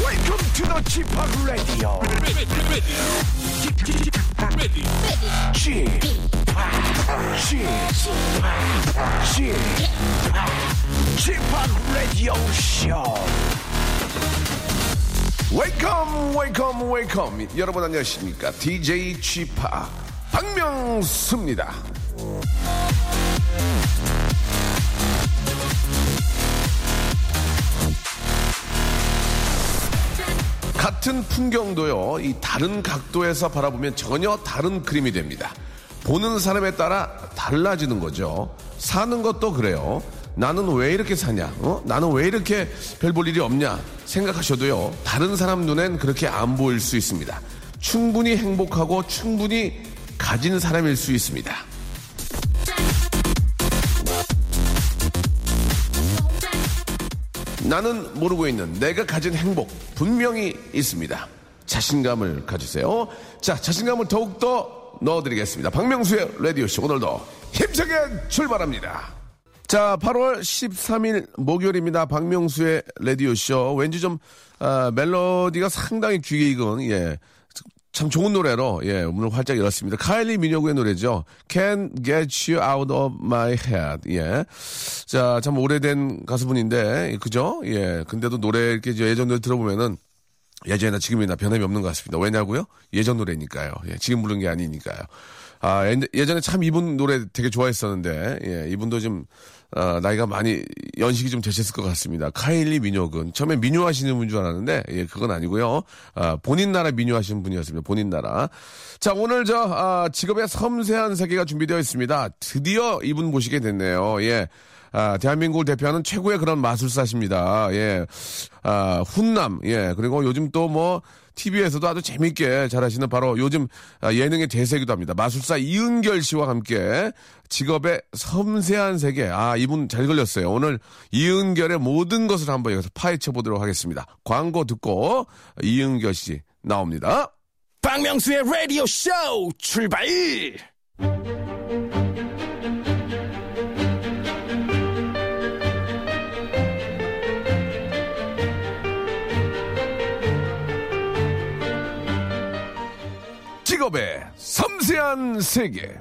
Welcome to the Chip Radio. Chip Chip Chip Radio Show. Welcome, welcome, welcome. 여러분 안녕하십니까? DJ Chip 박명수입니다. 같은 풍경도요, 이 다른 각도에서 바라보면 전혀 다른 그림이 됩니다. 보는 사람에 따라 달라지는 거죠. 사는 것도 그래요. 나는 왜 이렇게 사냐? 어? 나는 왜 이렇게 별 볼 일이 없냐? 생각하셔도요, 다른 사람 눈엔 그렇게 안 보일 수 있습니다. 충분히 행복하고 충분히 가진 사람일 수 있습니다. 나는 모르고 있는 내가 가진 행복 분명히 있습니다. 자신감을 가지세요. 자, 자신감을 더욱더 넣어드리겠습니다. 박명수의 라디오쇼 오늘도 힘차게 출발합니다. 자, 8월 13일 목요일입니다. 박명수의 라디오쇼. 왠지 좀, 아, 멜로디가 상당히 귀에 익은, 예. 참 좋은 노래로, 예, 오늘 활짝 열었습니다. 카일리 민혁의 노래죠. Can't get you out of my head. 예. 자, 참 오래된 가수분인데, 그죠? 예. 근데도 노래 이렇게 이제 예전 노래 들어보면은 예전이나 지금이나 변함이 없는 것 같습니다. 왜냐고요? 예전 노래니까요. 예, 지금 부른 게 아니니까요. 아, 예- 예전에 참 이분 노래 되게 좋아했었는데, 예, 이분도 좀, 아, 나이가 많이, 연식이 좀 되셨을 것 같습니다. 카일리 민요군. 처음에 민요 하시는 분 줄 알았는데, 예, 그건 아니고요. 아, 본인 나라 민요 하시는 분이었습니다. 본인 나라. 자, 오늘 저, 아, 직업의 섬세한 세계가 준비되어 있습니다. 드디어 이분 모시게 됐네요. 예. 아, 대한민국을 대표하는 최고의 그런 마술사십니다. 예. 아, 훈남. 예. 그리고 요즘 또 뭐 TV에서도 아주 재밌게 잘하시는 바로 요즘 아, 예능의 대세기도 합니다. 마술사 이은결 씨와 함께 직업의 섬세한 세계. 아, 이분 잘 걸렸어요. 오늘 이은결의 모든 것을 한번 여기서 파헤쳐 보도록 하겠습니다. 광고 듣고 이은결 씨 나옵니다. 박명수의 라디오 쇼 출발! 직업의 섬세한 세계.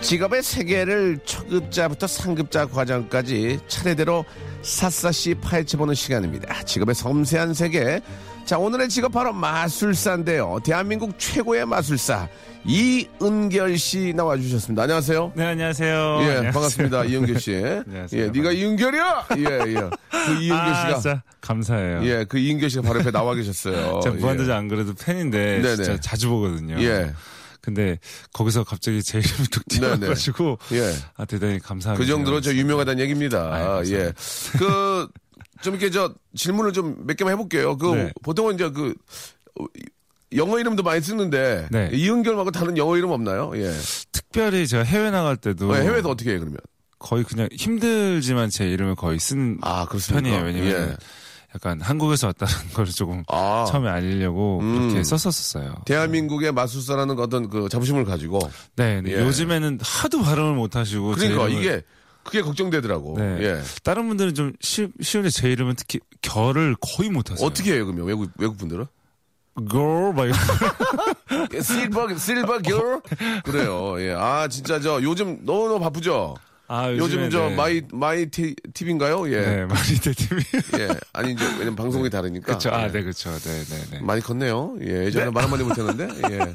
직업의 세계를 초급자부터 상급자 과정까지 차례대로 샅샅이 파헤쳐보는 시간입니다. 직업의 섬세한 세계. 자, 오늘의 직업 바로 마술사인데요. 대한민국 최고의 마술사 이은결 씨 나와주셨습니다. 안녕하세요. 네 안녕하세요. 예, 안녕하세요. 반갑습니다. 이은결 씨. 안녕하세요. 예, 네가 이은결이야. 예, 예. 그 이은결 아, 씨가 진짜 감사해요. 예, 그 이은결 씨가 바로 옆에 나와 계셨어요. 제가 그러니까. 무한도전 예. 안 그래도 팬인데 네네. 진짜 자주 보거든요. 예. 근데 거기서 갑자기 제 이름이 툭 네네. 튀어가지고 예. 아 대단히 감사합니다. 그 정도로 저 유명하다는 얘기입니다. 아유, 감사합니다. 예. 그, 좀 이렇게 저 질문을 좀 몇 개만 해볼게요. 그, 네. 보통은 이제 그, 어, 영어 이름도 많이 쓰는데, 네. 이은결 말고 다른 영어 이름 없나요? 예. 특별히 제가 해외 나갈 때도 왜 네, 해외에서 어떻게 해요, 그러면? 거의 그냥 힘들지만 제 이름을 거의 쓰는 아, 그렇습니까? 편이에요. 왜냐면 예. 약간 한국에서 왔다는 걸 조금 아. 처음에 알리려고 음. 그렇게 썼었어요. 대한민국의 마술사라는 어떤 그 자부심을 가지고. 네, 근데 예. 요즘에는 하도 발음을 못 하시고 제 그러니까 이름을 이게, 그게 걱정되더라고. 네. 예. 다른 분들은 좀 쉬, 쉬운데 제 이름은 특히 결을 거의 못하세요. 어떻게 해요, 그러면? 외국, 외국 분들은? girl 막 이런- 실버, 실버 결? 그래요. 예. 아, 진짜 저 요즘 너무너무 바쁘죠? 아 요즘 요즘에, 저 네. 마이 마이 티, 팁인가요? 예. 네 마리대 팀이 예. 아니 이제 왜냐면 방송이 다르니까. 그렇죠. 예. 아네 그렇죠. 네네네. 많이 컸네요. 예. 예전에 말 한마디 못했는데. 예.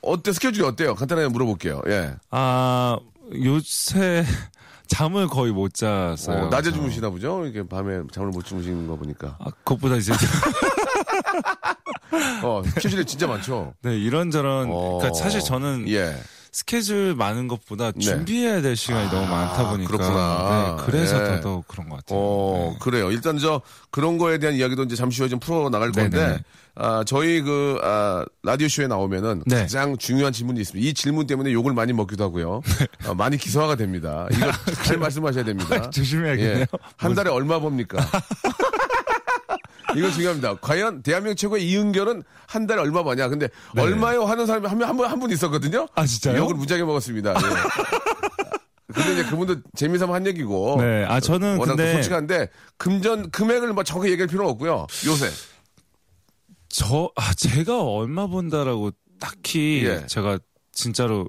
어때 스케줄이 어때요? 간단하게 물어볼게요. 예. 아 요새 잠을 거의 못 어, 잤어요. 낮에 그래서. 주무시나 보죠? 이게 밤에 잠을 못 주무시는 거 보니까. 아, 그것보다 이제 어, 스케줄이 진짜 많죠. 네 이런저런 어. 그러니까 사실 저는 예. 네. 스케줄 많은 것보다 준비해야 될 시간이 너무 많다 보니까 아, 그렇구나. 네, 그래서 예. 더더욱 그런 것 같아요. 어, 네. 그래요. 일단 저 그런 거에 대한 이야기도 이제 잠시 후에 좀 풀어 나갈 건데, 네네. 아, 저희 그, 아, 라디오쇼에 나오면은 네. 가장 중요한 질문이 있습니다. 이 질문 때문에 욕을 많이 먹기도 하고요. 네. 아, 많이 기소화가 됩니다. 이거 잘 말씀하셔야 됩니다. 아, 조심해야겠네요. 예. 한 달에 얼마 법니까? 이거 중요합니다. 과연 대한민국 최고의 이은결은 한 달에 얼마 버냐? 근데 얼마요 하는 사람이 한 분 한 분 있었거든요. 네. 아, 진짜요? 욕을 무지하게 먹었습니다. 예. 근데 이제 그분도 재미삼아 한 얘기고. 네, 아, 저는 워낙 또 근데- 솔직한데 금전 금액을 뭐 정확히 얘기할 필요는 없고요. 요새 저, 아, 제가 얼마 번다라고 딱히 예. 제가 진짜로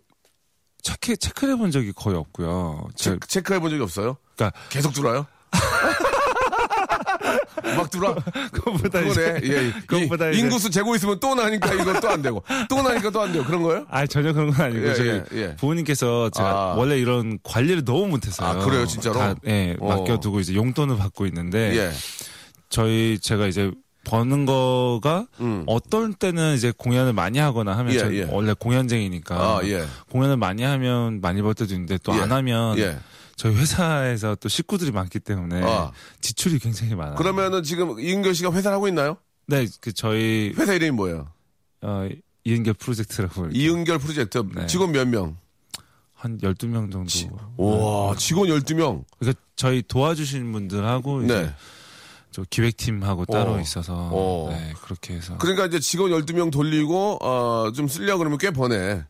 체크, 체크를 해본 적이 거의 없고요. 제가, 체크, 체크해 본 적이 없어요? 그러니까 계속 들어요? 막 들어. 그것보다 그거네. 이제 예. 그것보다 이- 이제- 인구수 재고 있으면 또 나니까 이거 또 안 되고 또 나니까 또 안 돼요. 그런 거예요? 아 전혀 그런 건 아니고 예, 저희 예, 예. 부모님께서 제가 아. 원래 이런 관리를 너무 못해서요. 아, 그래요? 진짜로? 다, 예, 어. 맡겨두고 이제 용돈을 받고 있는데 예. 저희 제가 이제 버는 거가 어떤 때는 이제 공연을 많이 하거나 하면 음. 예, 저 예. 원래 공연쟁이니까 아, 예. 공연을 많이 하면 많이 벌 때도 있는데 또 예. 안 하면 예. 저희 회사에서 또 식구들이 많기 때문에 아. 지출이 굉장히 많아요. 그러면은 지금 이은결 씨가 회사를 하고 있나요? 네, 그 저희 회사 이름이 뭐예요? 어, 이은결 프로젝트라고 이렇게 네. 이은결 프로젝트 직원 몇 명? 한 12명 정도. 네. 와, 직원 12명. 그러니까 저희 도와주신 분들하고 이제 네. 저 기획팀하고 따로 어. 있어서 어. 네, 그렇게 해서 그러니까 이제 직원 12명 돌리고 어, 좀 쓰려고 그러면 꽤 버네.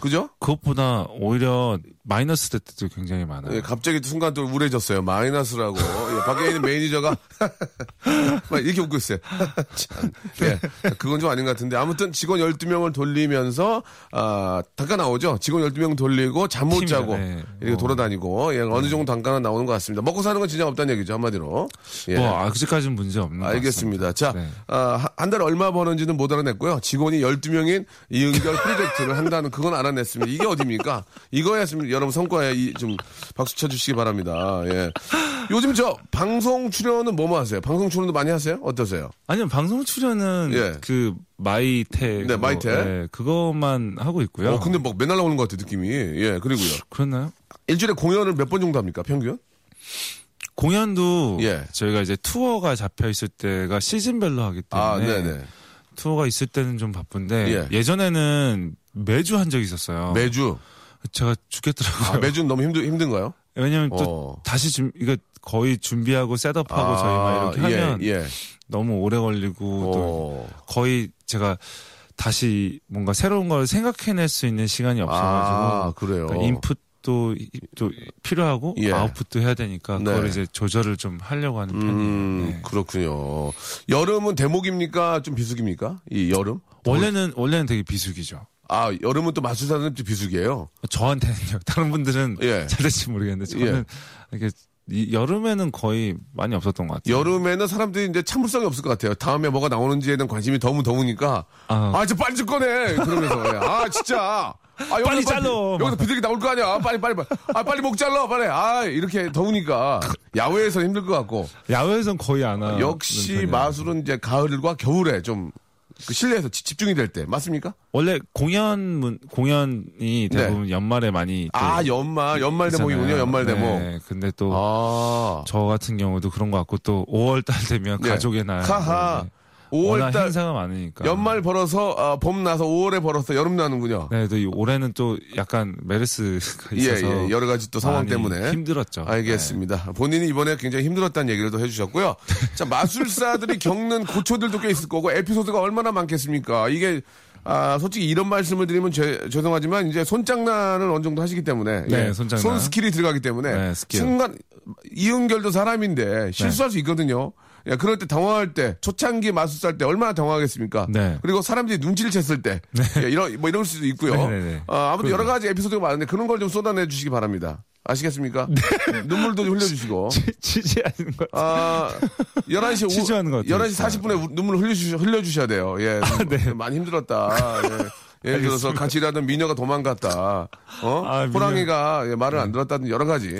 그죠? 그것보다 오히려 마이너스 될 때도 굉장히 많아요. 예, 갑자기 또 순간 또 우울해졌어요. 마이너스라고. 예, 밖에 있는 매니저가 막 이렇게 웃고 있어요. 참. 예, 그건 좀 아닌 것 같은데. 아무튼 직원 12명을 돌리면서, 아, 단가 나오죠? 직원 12명 돌리고 잠 못 팀이요, 자고 네. 이렇게 돌아다니고, 예, 어느 정도 단가가 나오는 것 같습니다. 먹고 사는 건 진짜 없다는 얘기죠, 한마디로. 예. 뭐 아직까지는 문제 없는 것 알겠습니다. 자, 네. 아, 하- 한 달에 얼마 버는지는 못 알아냈고요. 직원이 12명인 이은결 프로젝트를 한다는 그건 알아냈습니다. 이게 어딥니까? 이거였으면 여러분 성과에 이- 좀 박수 쳐주시기 바랍니다. 예. 요즘 저 방송 출연은 뭐뭐 하세요? 방송 출연도 많이 하세요? 어떠세요? 아니요 방송 출연은 예. 그 마이테 예, 네, 마이테. 그것만 하고 있고요. 어, 근데 막 맨날 나오는 것 같아요, 느낌이. 예, 그리고요. 그렇나요? 일주일에 공연을 몇 번 정도 합니까, 평균? 공연도 예. 저희가 이제 투어가 잡혀 있을 때가 시즌별로 하기 때문에 아, 네네. 투어가 있을 때는 좀 바쁜데 예. 예. 전에는 매주 한 적이 있었어요. 매주. 제가 죽겠더라고요. 아, 매주는 너무 힘들, 힘든가요? 왜냐면 어. 또 다시 준 이거 거의 준비하고 셋업하고 아, 저희 막 이렇게 하면 예, 예. 너무 오래 걸리고 또 어. 거의 제가 다시 뭔가 새로운 걸 생각해낼 수 있는 시간이 아, 없어가지고 그래요. 그러니까 인풋도 이- 또 필요하고 예. 아웃풋도 해야 되니까 네. 그걸 이제 조절을 좀 하려고 하는 음, 편이에요. 네. 그렇군요. 여름은 대목입니까? 좀 비수기입니까? 이 여름? 원래는 원래는 되게 비수기죠. 아, 여름은 또 마술사는 좀 비수기예요. 저한테는요. 다른 분들은 예. 잘 될지 모르겠는데 저는 이게 이 여름에는 거의 많이 없었던 것 같아요. 여름에는 사람들이 이제 참을성이 없을 것 같아요. 다음에 뭐가 나오는지에 대한 관심이 너무 더우니까. 아. 아, 이제 빨리 좀 꺼내! 그러면서. 예. 아, 진짜. 아, 여기서 빨리 잘라. 비- 여기서 비둘기 나올 거 아니야. 빨리, 빨리, 빨리. 아, 빨리 목 잘라. 빨리. 아, 이렇게 더우니까. 야외에서 힘들 것 같고. 야외에선 거의 안 하. 역시 마술은 이제 가을과 겨울에 좀그 실내에서 지- 집중이 될 때. 맞습니까? 원래 공연 문, 공연이 대부분 연말에 많이 또 네. 아, 연말. 연말 대목이군요. 있잖아요. 연말 대목. 네, 근데 또 저 아. 같은 경우도 그런 것 같고 또 5월 달 되면 예. 가족의 날 하하. 네. 워낙 5월달 행사가 많으니까 연말 벌어서 어, 봄 나서 5월에 벌어서 여름 나는군요. 네, 또이 올해는 또 약간 메르스가 있어서 예, 예. 여러 가지 또 상황 많이 때문에 힘들었죠. 네. 알겠습니다. 본인이 이번에 굉장히 힘들었다는 얘기를 또 해주셨고요. 자, 마술사들이 겪는 고초들도 꽤 있을 거고 에피소드가 얼마나 많겠습니까? 이게 아, 솔직히 이런 말씀을 드리면 죄, 죄송하지만 이제 손장난을 어느 정도 하시기 때문에 예. 네, 손장난. 손 스킬이 들어가기 때문에 네, 스킬. 네. 순간 이은결도 사람인데 실수할 수 있거든요. 야, 그럴 때 당황할 때 초창기 마술사 할 때 얼마나 당황하겠습니까? 네. 그리고 사람들이 눈치를 챘을 때 야, 이런 뭐 이럴 수도 있고요. 네, 네, 네. 아, 아무튼 여러 가지 에피소드가 많은데 그런 걸 좀 쏟아내 주시기 바랍니다. 아시겠습니까? 눈물도 좀 흘려주시고. 네. 취지 아닌 것 같아요. 아, 11시, 취조하는 것 같아요. 아, 11시 40분에 눈물 흘려주셔, 흘려주셔야 돼요. 예. 네. 많이 힘들었다. 예. 예를 들어서 같이 일하던 미녀가 도망갔다. 어? 아, 미녀. 호랑이가 예, 말을 안 들었다든 여러 가지.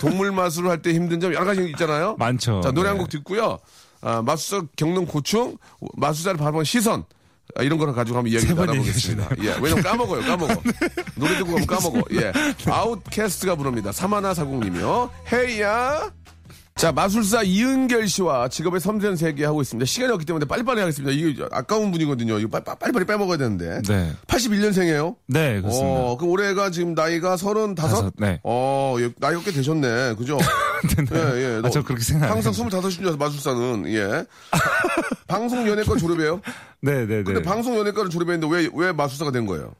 동물 마술을 할 때 힘든 점 여러 가지 있잖아요. 많죠. 자, 노래 네. 한 곡 듣고요. 아, 마술사 겪는 고충, 마술사를 바라보는 시선. 아, 이런 거를 가지고 한번 이야기 세번 네. 나눠보겠습니다. 예, 왜냐면 까먹어요, 까먹어. 노래 듣고 가면 까먹어. 예. 아웃캐스트가 부릅니다. 사마나 사공님이요. 헤이야! 자, 마술사 이은결 씨와 직업의 섬세한 세계 하고 있습니다. 시간이 없기 때문에 빨리빨리 하겠습니다. 이게 아까운 분이거든요. 이거 빨- 빨- 빨리빨리 빼먹어야 되는데. 네. 81년생이에요? 네, 그렇습니다. 어, 그럼 올해가 지금 나이가 35? 다섯, 네. 어, 예, 나이가 꽤 되셨네. 그죠? 예, 예. 아, 저 그렇게 생각 안 항상 25인 줄 알아서 마술사는, 예. 방송연예과 졸업이에요? 네, 네, 네. 근데 방송연예과를 졸업했는데 왜, 왜 마술사가 된 거예요?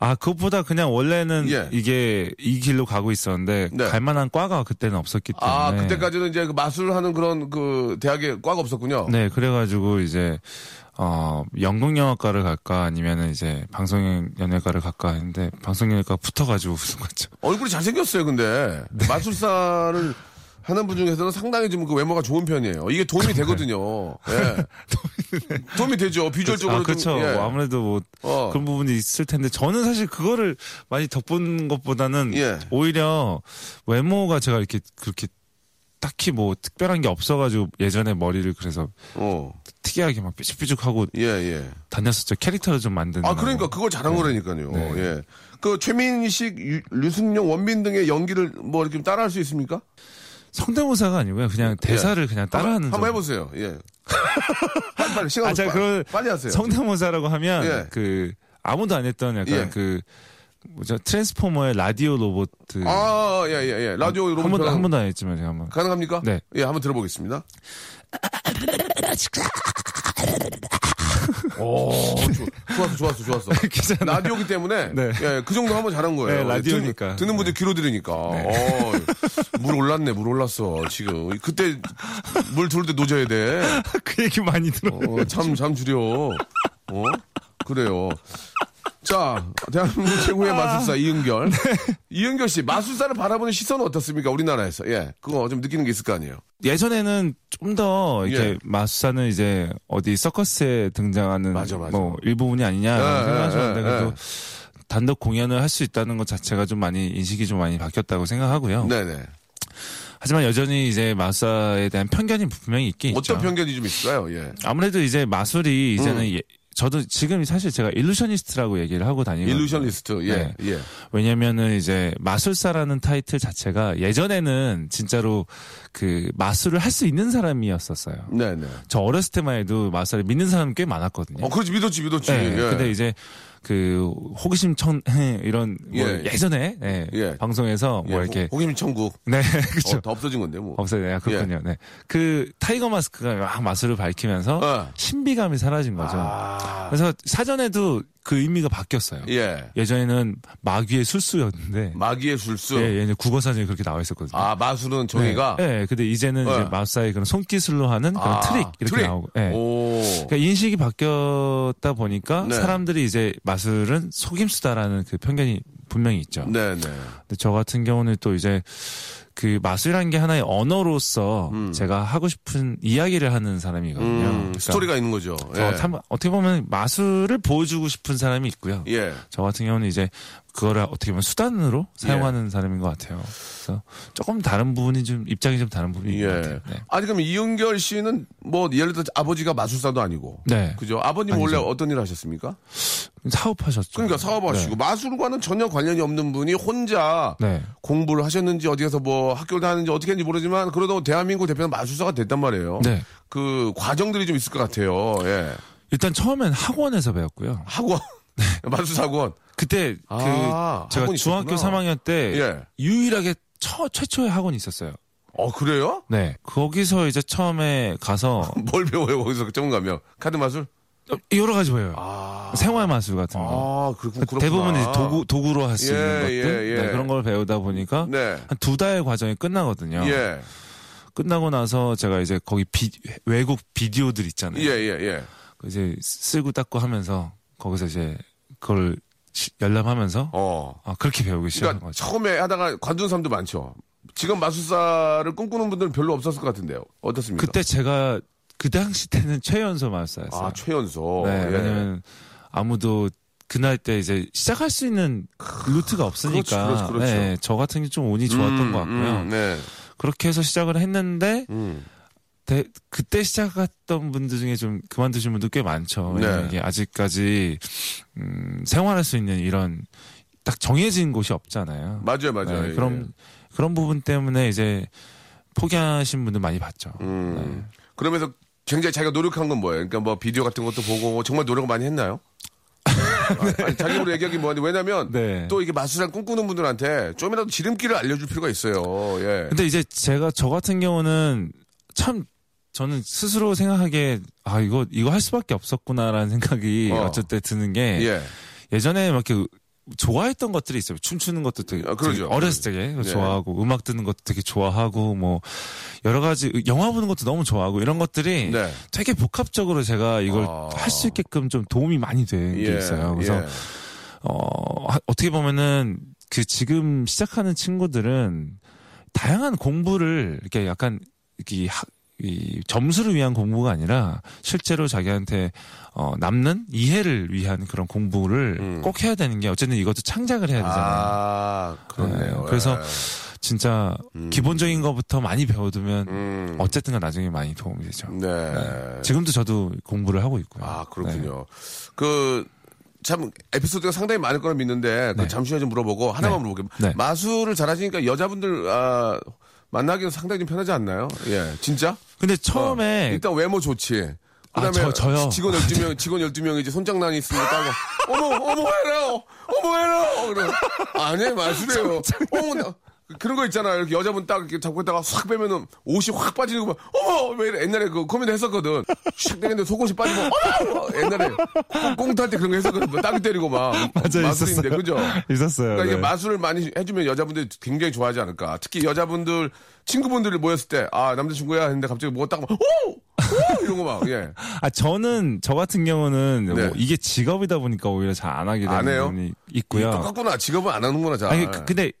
아, 그것보다 그냥 원래는 예. 이게 이 길로 가고 있었는데 네. 갈 만한 과가 그때는 없었기 때문에 아, 그때까지는 이제 그 마술하는 그런 그 대학에 과가 없었군요. 네, 그래가지고 이제 어 연극영화과를 갈까 아니면은 이제 방송연예과를 갈까 했는데 방송연예과 붙어가지고 우승 갔죠. 얼굴이 잘생겼어요, 근데. 네. 마술사를 하는 분 중에서는 상당히 좀 그 외모가 좋은 편이에요. 이게 도움이 되거든요. 예. 도움이 되죠. 비주얼적으로. 아, 그렇죠. 좀, 예. 뭐 아무래도 뭐 어. 그런 부분이 있을 텐데 저는 사실 그거를 많이 덮은 것보다는 예. 오히려 외모가 제가 이렇게 그렇게 딱히 뭐 특별한 게 없어가지고 예전에 머리를 그래서 어. 특이하게 막 삐죽삐죽하고 예, 예. 네. 다녔었죠. 캐릭터를 좀 만드는. 아, 그러니까 거. 그걸 잘한 거라니까요. 네. 예. 그 최민식, 유- 류승룡, 원빈 등의 연기를 뭐 이렇게 따라할 수 있습니까? 성대모사가 아니고요. 그냥 대사를 그냥 따라하는. 예. 한번, 한번 해보세요. 예. 빨리, 빨리 시간 아, 제가 빨리, 그런 빨리 하세요. 성대모사라고 하면 예. 그 아무도 안 했던 약간 예. 그 뭐죠 트랜스포머의 라디오 로봇. 아, 예, 예, 예. 라디오 한 여러분. 번도 전화 한 번도 안 했지만 제가 한번. 가능합니까? 네. 예, 한번 들어보겠습니다. 오, 좋- 좋았어, 좋았어, 좋았어. 괜찮아요. 라디오기 때문에 네. 예, 그 정도 하면 잘한 거예요. 네, 라디오니까. 듣는, 네. 듣는 분들 귀로 들으니까. 어, 물 올랐네, 물 올랐어. 지금 그때 물 들을 때 노져야 돼. 그 얘기 많이 들어. 어, 잠, 잠 줄여. 어? 그래요. 자, 대한민국 아. 최고의 마술사 이은결. 네. 이은결 씨, 마술사를 바라보는 시선은 어떻습니까? 우리나라에서. 예. 그거 좀 느끼는 게 있을 거 아니에요. 예전에는 좀 더 이렇게 예. 마술사는 이제 어디 서커스에 등장하는 맞아, 맞아. 뭐 일부분이 아니냐 예, 라고 생각하셨는데 예, 그래도 예. 단독 공연을 할 수 있다는 것 자체가 좀 많이 인식이 좀 많이 바뀌었다고 생각하고요. 네네. 하지만 여전히 이제 마술사에 대한 편견이 분명히 있긴 있죠. 어떤 편견이 음. 좀 있을까요? 예. 아무래도 이제 마술이 이제는 예- 저도 지금 사실 제가 일루셔니스트라고 얘기를 하고 다니고 일루션리스트. 예. 네. 예. 왜냐면은 이제 마술사라는 타이틀 자체가 예전에는 진짜로 그 마술을 할 수 있는 사람이었었어요. 네네. 저 어렸을 때만 해도 마술을 믿는 사람 꽤 많았거든요. 어, 그렇지. 믿었지, 믿었지. 네, 예. 근데 이제 그 호기심 천 이런 뭐 예. 예. 전에 예, 예. 방송에서 예, 뭐 이렇게 호- 호기심 천국. 네 그렇죠. 어, 다 없어진 건데, 뭐. 없어요. 네, 그렇군요. 네. 그 타이거 마스크가 막 마술을 밝히면서 어. 신비감이 사라진 거죠. 아. 그래서 사전에도 그 의미가 바뀌었어요. 예. 예. 전에는 마귀의 술수였는데 마귀의 술수. 예, 얘는 국어 사전에 그렇게 나와 있었거든요. 아, 마술은 정의가. 예, 예, 근데 이제는 예. 이제 마술사의 그런 손기술로 하는 그런 아, 트릭 이렇게 트릭. 나오고. 예. 오. 그러니까 인식이 바뀌었다 보니까 네. 사람들이 이제 마술은 속임수다라는 그 편견이 분명히 있죠. 네네. 음, 근데 저 같은 경우는 또 이제 그 마술이라는 게 하나의 언어로서 제가 하고 싶은 이야기를 하는 사람이거든요. 음, 그러니까 스토리가 있는 거죠. 예. 저 참- 어떻게 보면 마술을 보여주고 싶은 사람이 있고요. 예. 저 같은 경우는 이제 그거를 어떻게 보면 수단으로 사용하는 사람인 것 같아요. 그래서 조금 다른 부분이 좀 입장이 좀 다른 부분이 있는 것 예. 같아요. 네. 아니 그럼 이은결 씨는 뭐 예를 들어 아버지가 마술사도 아니고, 네. 그죠? 아버님 원래 어떤 일 하셨습니까? 사업하셨죠. 그러니까 사업하시고 마술과는 전혀 관련이 없는 분이 혼자 네. 공부를 하셨는지 어디 가서 뭐 학교를 다니는지 어떻게 했는지 모르지만 그래도 대한민국 대표는 마술사가 됐단 말이에요. 네. 그 과정들이 좀 있을 것 같아요. 예. 일단 처음엔 학원에서 배웠고요. 학원. 마술사 학원. 그때 그 아, 네. 제가 학원이 중학교 있었구나. 3학년 때 예. 유일하게 처, 최초의 학원이 있었어요. 어, 그래요? 네. 거기서 이제 처음에 가서 뭘 배워요, 거기서 그 전문가면? 카드 마술? 여러 가지 배워요. 생활 마술 같은 거. 아, 그렇군. 그렇구나. 아. 대부분 이제 도구, 도구로 할 수 있는 예, 예, 것들 예. 네, 그런 걸 배우다 보니까 네. 한 두 달 과정이 끝나거든요. 예. 끝나고 나서 제가 이제 거기 비- 외국 비디오들 예, 있잖아요. 예, 예. 그 이제 쓸고 닦고 하면서 거기서 이제 그걸 시- 열람하면서 어. 아, 그렇게 배우기 시작한 그러니까 거죠. 처음에 하다가 관둔 사람도 많죠. 지금 마술사를 꿈꾸는 분들은 별로 없었을 것 같은데요. 어떻습니까? 그때 제가 그 당시 때는 최연소 마술사였어요. 아 최연소. 네, 예. 왜냐면 아무도 그날 때 이제 시작할 수 있는 루트가 없으니까 그렇죠, 그렇죠, 그렇죠. 네, 저 같은 게 좀 운이 좋았던 음, 것 같고요. 음, 네. 그렇게 해서 시작을 했는데 음. 대- 그때 시작했던 분들 중에 좀 그만두신 분도 꽤 많죠. 왜냐면 네. 이게 아직까지 음, 생활할 수 있는 이런 딱 정해진 곳이 없잖아요. 맞아요, 맞아요. 네, 예. 그런 그런 부분 때문에 이제 포기하신 분들 많이 봤죠. 음. 네. 그러면서 굉장히 자기가 노력한 건 뭐예요? 그러니까 뭐 비디오 같은 것도 보고 정말 노력을 많이 했나요? 아, 아니, 자기 우리 얘기하기 뭐하는데 왜냐면 네. 또 이게 마술사를 꿈꾸는 분들한테 좀이라도 지름길을 알려줄 필요가 있어요. 예. 네. 근데 이제 제가 저 같은 경우는 참 저는 스스로 생각하기에 아 이거 이거 할 수밖에 없었구나라는 생각이 어. 어. 쨌든 드는 게 예. 예전에 막 이렇게 좋아했던 것들이 있어요. 춤추는 것도 되게, 아, 그러죠. 되게 어렸을 때 네. 좋아하고 음악 듣는 것도 되게 좋아하고 뭐 여러 가지 영화 보는 것도 너무 좋아하고 이런 것들이 네. 되게 복합적으로 제가 이걸 아. 할 수 있게끔 좀 도움이 많이 된 게 예, 있어요. 그래서 예. 어, 하- 어떻게 보면은 그 지금 시작하는 친구들은 다양한 공부를 이렇게 약간 이렇게 하- 이 점수를 위한 공부가 아니라 실제로 자기한테 어, 남는 이해를 위한 그런 공부를 꼭 해야 되는 게 어쨌든 이것도 창작을 해야 되잖아요. 음. 아, 그렇네요. 네, 그래서 예. 진짜 기본적인 것부터 많이 배워두면 음. 어쨌든 간 나중에 많이 도움이 되죠. 네. 지금도 저도 공부를 하고 있고요. 네. 아, 그렇군요. 그, 참, 에피소드가 상당히 많을 거라 믿는데, 그 잠시 후에 좀 물어보고, 하나만 네. 물어볼게요. 네. 마술을 잘하시니까 여자분들, 아, 만나기는 상당히 좀 편하지 않나요? 예, 진짜? 근데 어, 처음에 일단 외모 좋지. 그 다음에 아, 저- 저요? 직원 12명, 직원 12명이지 손장난이 있으니까 따고, 어머, 어머, 해라! 어머, 해라! 그래. 아니, 마술이에요. 어머, 나- 그런 거 있잖아요. 이렇게 여자분 딱 이렇게 잡고 있다가 확 빼면은 옷이 확 빠지는 거 봐. 어머! 왜 이래? 옛날에 그 코미디 했었거든. 샥 때리는데 속옷이 빠지고, 어머! 옛날에 꽁꽁탈 때 그런 거 했었거든. 뭐 따귀 때리고 막. 맞아 마술인데, 있었어요. 그죠? 있었어요. 그러니까 이게 네. 마술을 많이 해주면 여자분들이 굉장히 좋아하지 않을까. 특히 여자분들 친구분들이 모였을 때, 아 남자친구야 했는데 갑자기 뭐가 딱 막, 오, 오 이런 거 막, 예, 아 저는 저 같은 경우는 네. 뭐 이게 직업이다 보니까 오히려 잘 안 하게 안 되는 해요? 부분이 있고요. 똑같구나. 직업은 안 하는구나 잘. 아니 그- 근데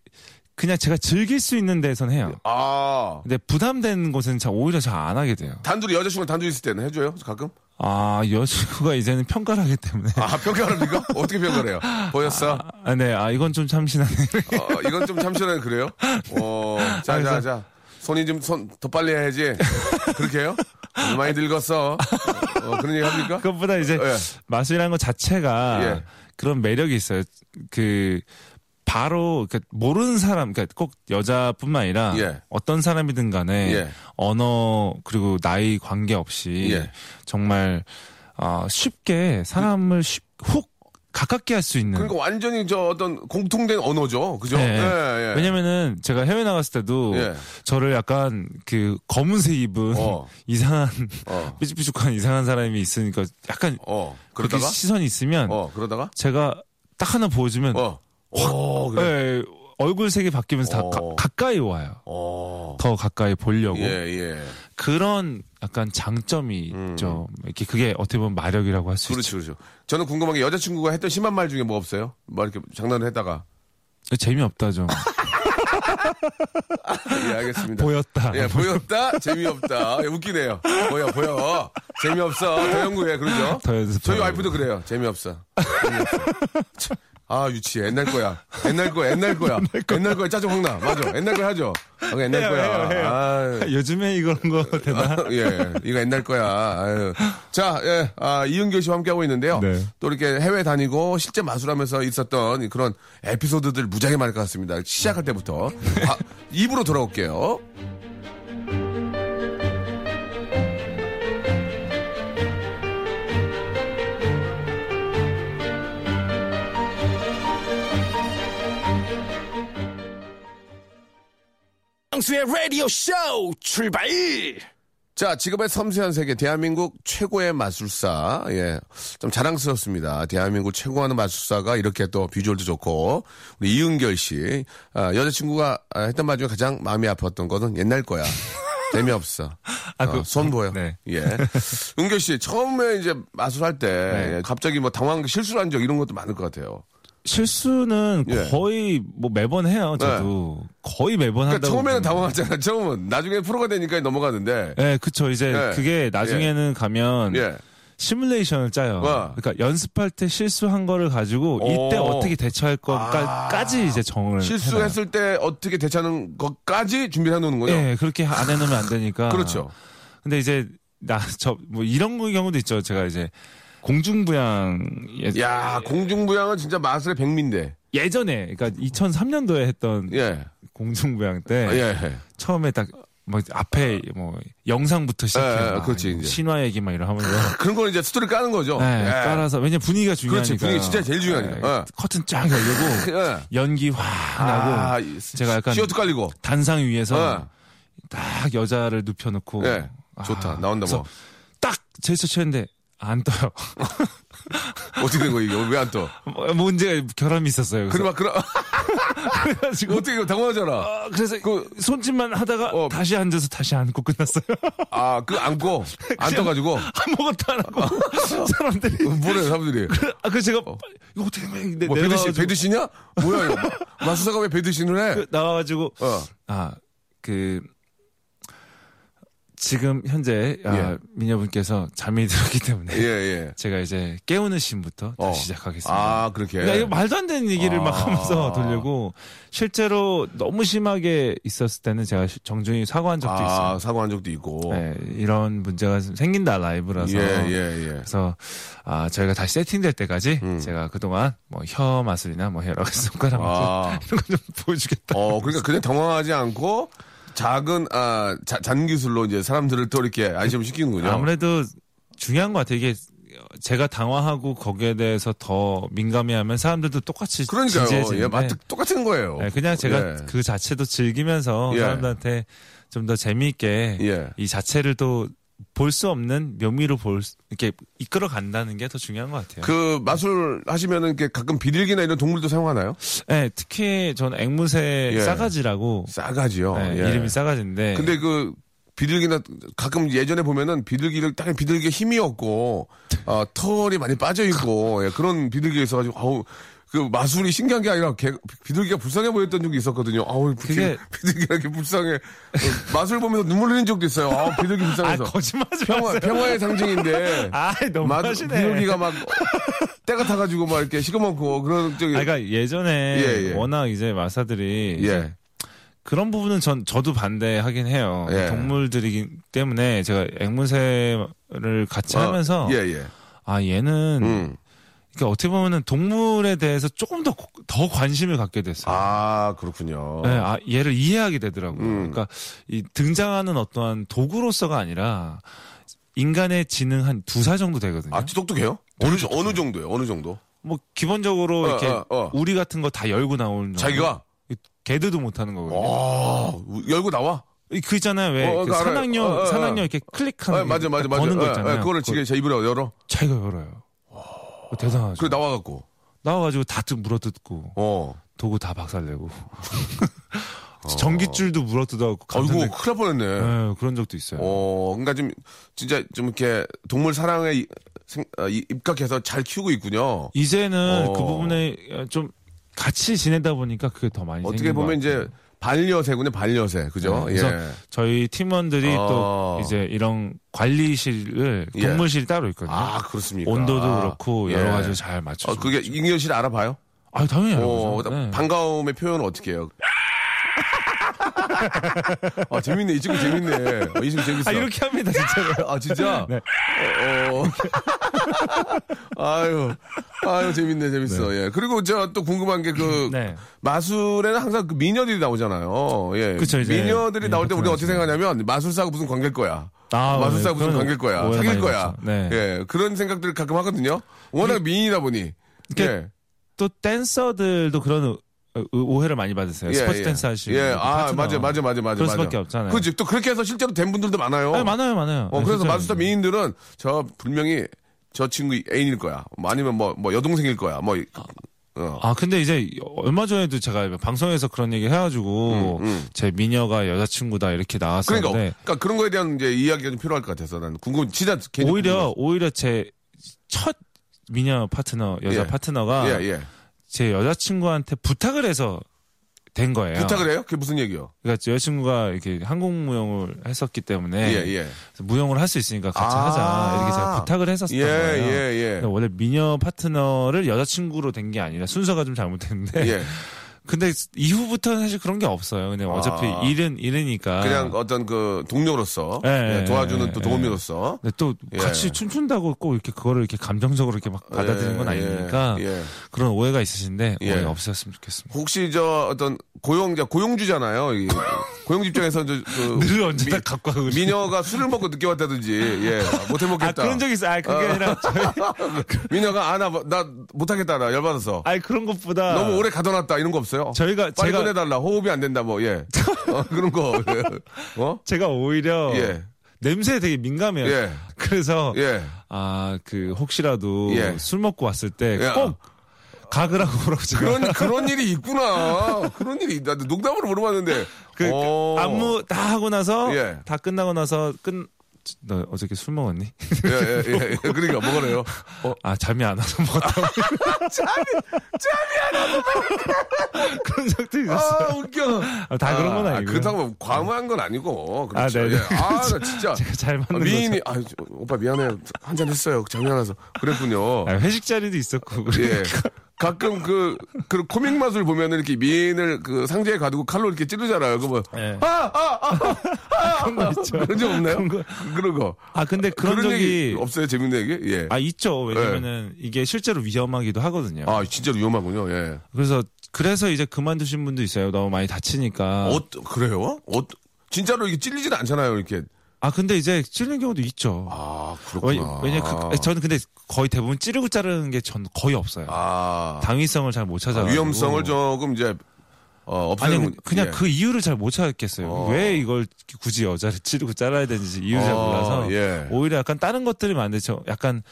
그냥 제가 즐길 수 있는 데선 해요. 아, 근데 부담되는 곳은 잘 오히려 잘 안 하게 돼요. 단둘이 여자친구 단둘이 있을 때는 해줘요 가끔. 아 여자친구가 이제는 평가를 하기 때문에. 아 평가합니까? 어떻게 평가해요? 보였어? 네. 아, 네, 아 이건 좀 참신하네. 어, 이건 좀 잠시만 그래요. 어, 자, 자, 자. 손이 좀 손 더 빨리 해야지. 그렇게 해요? 많이 늙었어. 어, 그런 얘기 합니까? 그것보다 이제 예. 마술이라는 것 자체가 예. 그런 매력이 있어요. 그 바로 그 모르는 사람, 그러니까 꼭 여자뿐만 아니라 예. 어떤 사람이든 간에 예. 언어 그리고 나이 관계 없이 예. 정말 아 쉽게 사람을 쉽, 훅 가깝게 할 수 있는. 그러니까 완전히 저 어떤 공통된 언어죠, 그죠? 예. 예, 예. 왜냐면은 제가 해외 나갔을 때도 예. 저를 약간 그 검은색 입은 어. 이상한 어. 삐죽삐죽한 이상한 사람이 있으니까 약간 어, 그렇게 그러다가? 시선이 있으면 어, 그러다가? 제가 딱 하나 보여주면 어. 어, 그래. 예, 얼굴 색이 바뀌면서 다 어. 가, 가까이 와요. 어. 더 가까이 보려고 예, 예. 그런 약간 장점이 있죠. 이렇게 그게 어떻게 보면 마력이라고 할 음. 수 있죠. 그렇죠, 그렇죠. 저는 궁금한 게 여자친구가 했던 심한 말 중에 뭐 없어요? 뭐 이렇게 장난을 했다가. 재미없다 좀 예, 알겠습니다. 보였다. 예, 보였다? 재미없다. 예, 웃기네요. 보여, 보여. 재미없어. 더 연구해, 그러죠? 더 연습하고. 저희 와이프도 그래요. 재미없어. 재미없어. 참, 아, 유치해. 옛날 거야. 옛날 거야, 옛날 거야. 옛날 거야, 짜증 확나. 맞아. 옛날 거 하죠. 아, 옛날 거야. 아유. 요즘에 이런 네. 거 되나? 예, 이거 옛날 거야. 아유. 자, 예, 아, 이은교 씨와 함께하고 있는데요. 네. 또 이렇게 해외 다니고 실제 마술하면서 있었던 그런 에피소드들 무지하게 많을 것 같습니다. 시작할 때부터. 아, 입으로 돌아올게요. 박명수의 라디오 쇼 출발! 자, 직업의 섬세한 세계, 대한민국 최고의 마술사. 예. 좀 자랑스럽습니다. 대한민국 최고하는 마술사가 이렇게 또 비주얼도 좋고, 우리 이은결 씨. 아, 여자친구가 아, 했던 말 중에 가장 마음이 아팠던 거는 옛날 거야. 재미없어. 아, 그- 손 보여. 네. 예. 은결 씨, 처음에 이제 마술할 때, 네. 예, 갑자기 뭐 당황, 실수를 한 적 이런 것도 많을 것 같아요. 실수는 예. 네. 거의 뭐 매번 해요. 저도 거의 매번 그러니까 한다고. 처음에는 보면. 당황하잖아, 처음은. 나중에 프로가 되니까 넘어가는데. 예, 그쵸. 이제 예. 그게 나중에는 가면 예. 시뮬레이션을 짜요. 와. 그러니까 연습할 때 실수한 거를 가지고 이때 오. 아. 어떻게 대처할 것까지 이제 정을 해놔요. 실수했을 때 어떻게 대처하는 것까지 준비해 놓는군요. 예, 그렇게 안 해놓으면 안 되니까. 그렇죠. 근데 이제 나 저 뭐 이런 거 경우도 있죠. 제가 이제 공중부양 예, 야 공중부양은 진짜 마술의 백미인데. 예전에 그러니까 2003년도에 했던 예. 공중부양 때 아, 예. 처음에 딱 뭐 앞에 뭐 영상부터 시작해 예, 예, 그렇지, 이제. 신화 얘기 막 이러 하면서 그런 거는 이제 스토리 까는 거죠. 네, 예. 깔아서 왜냐 면 분위기가 중요하니까 그렇지, 분위기 진짜 제일 중요하니까. 예. 커튼 쫙 열리고 예. 연기 확 나고 아, 이- 제가 약간 어, 시어도 깔리고. 단상 위에서 예. 딱 여자를 눕혀놓고 뭐, 아, 예. 좋다. 나온다, 그래서 뭐. 딱 제스처 취했는데 안 떠요. 어떻게 된 거예요? 이게? 왜안 떠? 뭐- 뭔가 결함이 있었어요. 그래서, 그럼 그럼 그래가지고 어떻게 이거 당황하잖아. 아, 그래서 그 손짓만 하다가 어. 다시 앉아서 다시 앉고 끝났어요. 아 그 안고 안 떠가지고 아무것도 안 어. 하고 사람들이 뭐래 사람들이. 아, 그래서 제가 빨리, 이거 어떻게 해? 근데 뭐 배드시 내려가지고 배드시냐? 뭐야 이거 마- 마수사가 왜 배드시를 해? 그 나와가지고 어. 아 그 지금 현재 아, 예. 미녀분께서 잠이 들었기 때문에 예 예. 제가 이제 깨우는 신부터 어. 다시 시작하겠습니다. 아 그렇게. 그러니까 이거 말도 안 되는 얘기를 막 아. 하면서 돌려고 실제로 너무 심하게 있었을 때는 제가 정중히 사과한 적도 아 있어요. 사고한 적도 있고. 네, 이런 문제가 생긴다 라이브라서. 예, 예, 예. 그래서 아 저희가 다시 세팅될 때까지 제가 그동안 뭐 혀 마술이나 뭐 여러 가지 손가락 음. 마술 아. 이런 거 좀 보여주겠다. 어, 그러니까 그냥 당황하지 않고 작은 아 자- 잔기술로 이제 사람들을 또 이렇게 안심을 시키는군요. 아무래도 중요한 것 같아요. 이게 제가 당황하고 거기에 대해서 더 민감해하면 사람들도 똑같이 그러니까요. 진지해지는데 예, 맞 똑같은 거예요. 네, 그냥 제가 예. 그 자체도 즐기면서 예. 사람들한테 좀 더 재미있게 예. 이 자체를 또 볼 수 없는 묘미로 볼 수- 이렇게 이끌어 간다는 게 더 중요한 것 같아요. 그 마술 하시면은 이렇게 가끔 비둘기나 이런 동물도 사용하나요? 네, 특히 저는 앵무새 예. 싸가지라고 싸가지요. 네, 예. 이름이 싸가지인데 근데 그 비둘기나 가끔 예전에 보면은 비둘기를 딱 비둘기가 힘이 없고 어, 털이 많이 빠져 있고 예, 그런 비둘기가 있어가지고 아우 그 마술이 신기한 게 아니라 걔- 비둘기가 불쌍해 보였던 적이 있었거든요. 아우 그게- 비둘기가 이렇게 불쌍해. 어, 마술 보면서 눈물 흘린 적도 있어요. 아 비둘기 아 불쌍해서. 거짓말하지 평화, 마세요. 평화의 상징인데 아 너무 마- 하시네. 아, 비둘기가 막 때가 타가지고 막 이렇게 시커멓고 그런 적이 아, 그러니까 예전에 예, 예. 워낙 이제 마사들이 예. 그런 부분은 전 저도 반대하긴 해요. 예. 동물들이기 때문에 제가 앵무새를 같이 하면서 예 예. 아 얘는 음. 그러니까 어떻게 보면은 동물에 대해서 조금 더 더 관심을 갖게 됐어요. 아 그렇군요. 네, 아, 얘를 이해하게 되더라고요. 음. 그러니까 이 등장하는 어떠한 도구로서가 아니라 인간의 지능 한 두 살 정도 되거든요. 아 똑똑해요? 어느 정- 어느 정도예요? 어느 정도? 뭐 기본적으로 어, 이렇게 어, 어. 우리 같은 거 다 열고 나오는 자기가 정도. 개들도 못하는 거거든요. 아, 열고 나와? 그 있잖아요 왜 어, 어, 그 그거 알아요. 산악령 어, 어, 어. 산악령 이렇게 클릭하는 아, 맞아, 맞아, 맞아. 버는 거 예, 있잖아요. 예, 그거를 지금 제 입으로 열어. 자기가 열어요. 어, 대단하죠. 그래 나와갖고. 나와가지고 다 뜯- 물어뜯고 어. 도구 다 박살내고 전기줄도 물어뜯어갖고 아이고 큰일 감탄대- 날 뻔했네. 예, 그런 적도 있어요. 어, 그러니까 좀 진짜 좀 이렇게 동물 사랑에 이- 생- 어, 이- 입각해서 잘 키우고 있군요. 이제는 어. 그 부분에 좀 같이 지내다 보니까 그게 더 많이 어떻게 생긴 것 보면 같아요. 이제 반려새군요, 반려새, 그죠? 네, 예. 그래서 저희 팀원들이 어. 또 이제 이런 관리실을 예. 동물실이 따로 있거든요. 아 그렇습니까? 온도도 그렇고 예. 여러 가지를 잘 맞춰. 어, 그게 인현 씨를 알아봐요? 아 당연히 어, 알고 네. 반가움의 표현은 어떻게 해요? 아 재밌네 이 친구 재밌네 어, 이 친구 재밌어 아 이렇게 네. 합니다 진짜로. 아 진짜? 어, 어. 아유, 아유 재밌네 재밌어. 예. 그리고 저 또 궁금한 게 그 네. 마술에는 항상 그 미녀들이 나오잖아요. 예. 그쵸, 이제. 미녀들이 네, 나올 때 우리가 어떻게 보통 생각하냐면 마술사하고 무슨 관계일 거야. 아, 마술사하고 네, 무슨 그런 관계일 거야. 오해 사귈 많이 거야. 받죠. 네. 예. 그런 생각들을 가끔 하거든요. 워낙 미인이다 보니. 이게 예. 또 댄서들도 그런 오- 오- 오해를 많이 받으세요. 예, 네, 스포츠 예. 댄스 하시는 예. 그 아, 파트너. 맞아, 맞아, 맞아, 맞아. 그럴 수밖에 없잖아요. 그지. 또 그렇게 해서 실제로 된 분들도 많아요. 아니, 많아요, 네, 많아요. 어, 아니, 그래서 실제로. 마술사 미인들은 저 분명히 저 친구 애인일 거야. 뭐 아니면 뭐, 뭐 여동생일 거야. 뭐, 이- 어. 아 근데 이제 얼마 전에도 제가 방송에서 그런 얘기 해가지고 제 미녀가 여자친구다 음, 이렇게 그러니까, 나왔었는데 그러니까 그런 거에 대한 이제 이야기가 좀 필요할 것 같아서 난 궁금, 진짜 개인적으로 오히려 오히려 제 첫 미녀 파트너 여자 예. 파트너가 궁금해요. 예, 예. 제 여자친구한테 부탁을 해서 된 거예요. 부탁을 해요? 그게 무슨 얘기요? 그러니까 여자친구가 이렇게 한국 무용을 했었기 때문에 예, 예. 그래서 무용을 할 수 있으니까 같이 아. 하자 이렇게 제가 부탁을 했었던 예, 거예요. 네, 예, 예. 근데 원래 미녀 파트너를 여자친구로 된 게 아니라 순서가 좀 잘못됐는데 예. 근데 이후부터는 사실 그런 게 없어요. 그냥 어차피 아. 일은 일이니까 그냥 어떤 그 동료로서 예, 예, 도와주는 예, 또 예. 도우미로서 근데 또 예. 같이 춤춘다고 꼭 이렇게 그거를 이렇게 감정적으로 이렇게 막 받아들이는 건 예, 예, 아니니까 예. 그런 오해가 있으신데 예. 오해 없으셨으면 좋겠습니다. 혹시 저 어떤 고용자 고용주잖아요. 이 고용주 입장에서 저, 그 늘 언제나 갖고 가고 그러시네. 미녀가 술을 먹고 늦게 왔다든지 예, 못 해먹겠다. 아 그런 적 있어. 아 그게 아니라 저희 미녀가 아나나 못하겠다 나 열받아서 아 그런 것보다 너무 오래 가둬놨다 이런 거 없어요? 저희가 빨리 제가 꺼내달라 호흡이 안 된다 뭐 예. 어, 그런 거 예. 어? 제가 오히려 예. 냄새에 되게 민감해요. 예. 그 그래서 예. 아 그 혹시라도 예. 술 먹고 왔을 때 예. 꼭 가그라고 오라고 제가 그런 그런 일이 있구나. 그런 일이 있다. 농담으로 물어봤는데. 그 어. 안무 다 하고 나서 예. 다 끝나고 나서 끝 너 어저께 술 먹었니? 예, 예, 예, 예. 그러니까 먹으래요. 어, 아 잠이 안 와서 먹었다. 그런 적도 있었어. 아, 웃겨. 아, 다 그런 건 아니고요. 네. 그렇다고 뭐 과무한 건 아니고. 그렇죠. 아, 아, 네네. 예. 아, 나 진짜. 제가 잘 아, 맞는 미인이, 아, 저, 오빠 미안해요. 한 잔 했어요. 잠이 안 와서. 그랬군요. 거죠. 아, 회식 자리도 있었고. 예. 가끔 그, 그 코믹 맛을 보면은 이렇게 미인을 그 상자에 가두고 칼로 이렇게 찌르잖아요. 그거 뭐. 예. 아, 아, 아, 아, 그런 거 있죠. 그런 적 없나요? 그런 거. 그런 거. 아 근데 그런, 얘기 적이 없어요? 재밌는 얘기? 예. 아 있죠. 왜냐면은 이게 실제로 위험하기도 하거든요. 아, 진짜 위험하군요. 예. 그래서 그래서 이제 그만두신 분도 있어요. 너무 많이 다치니까. 어, 그래요? 어, 진짜로 이게 찔리진 않잖아요. 이렇게. 아 근데 이제 찌르는 경우도 있죠. 아, 왜- 그렇구나. 왜냐 그, 저는 근데 거의 대부분 찌르고 자르는 게 전 거의 없어요. 아. 당위성을 잘 못 찾아. 위험성을 조금 이제 어, 아니 없애는 그- 그냥 예. 그 이유를 잘 못 찾겠어요. 왜 이걸 굳이 여자를 찌르고 잘라야 되는지 이유를 잘 어, 몰라서 예. 오히려 약간 다른 것들이 만드죠. 약간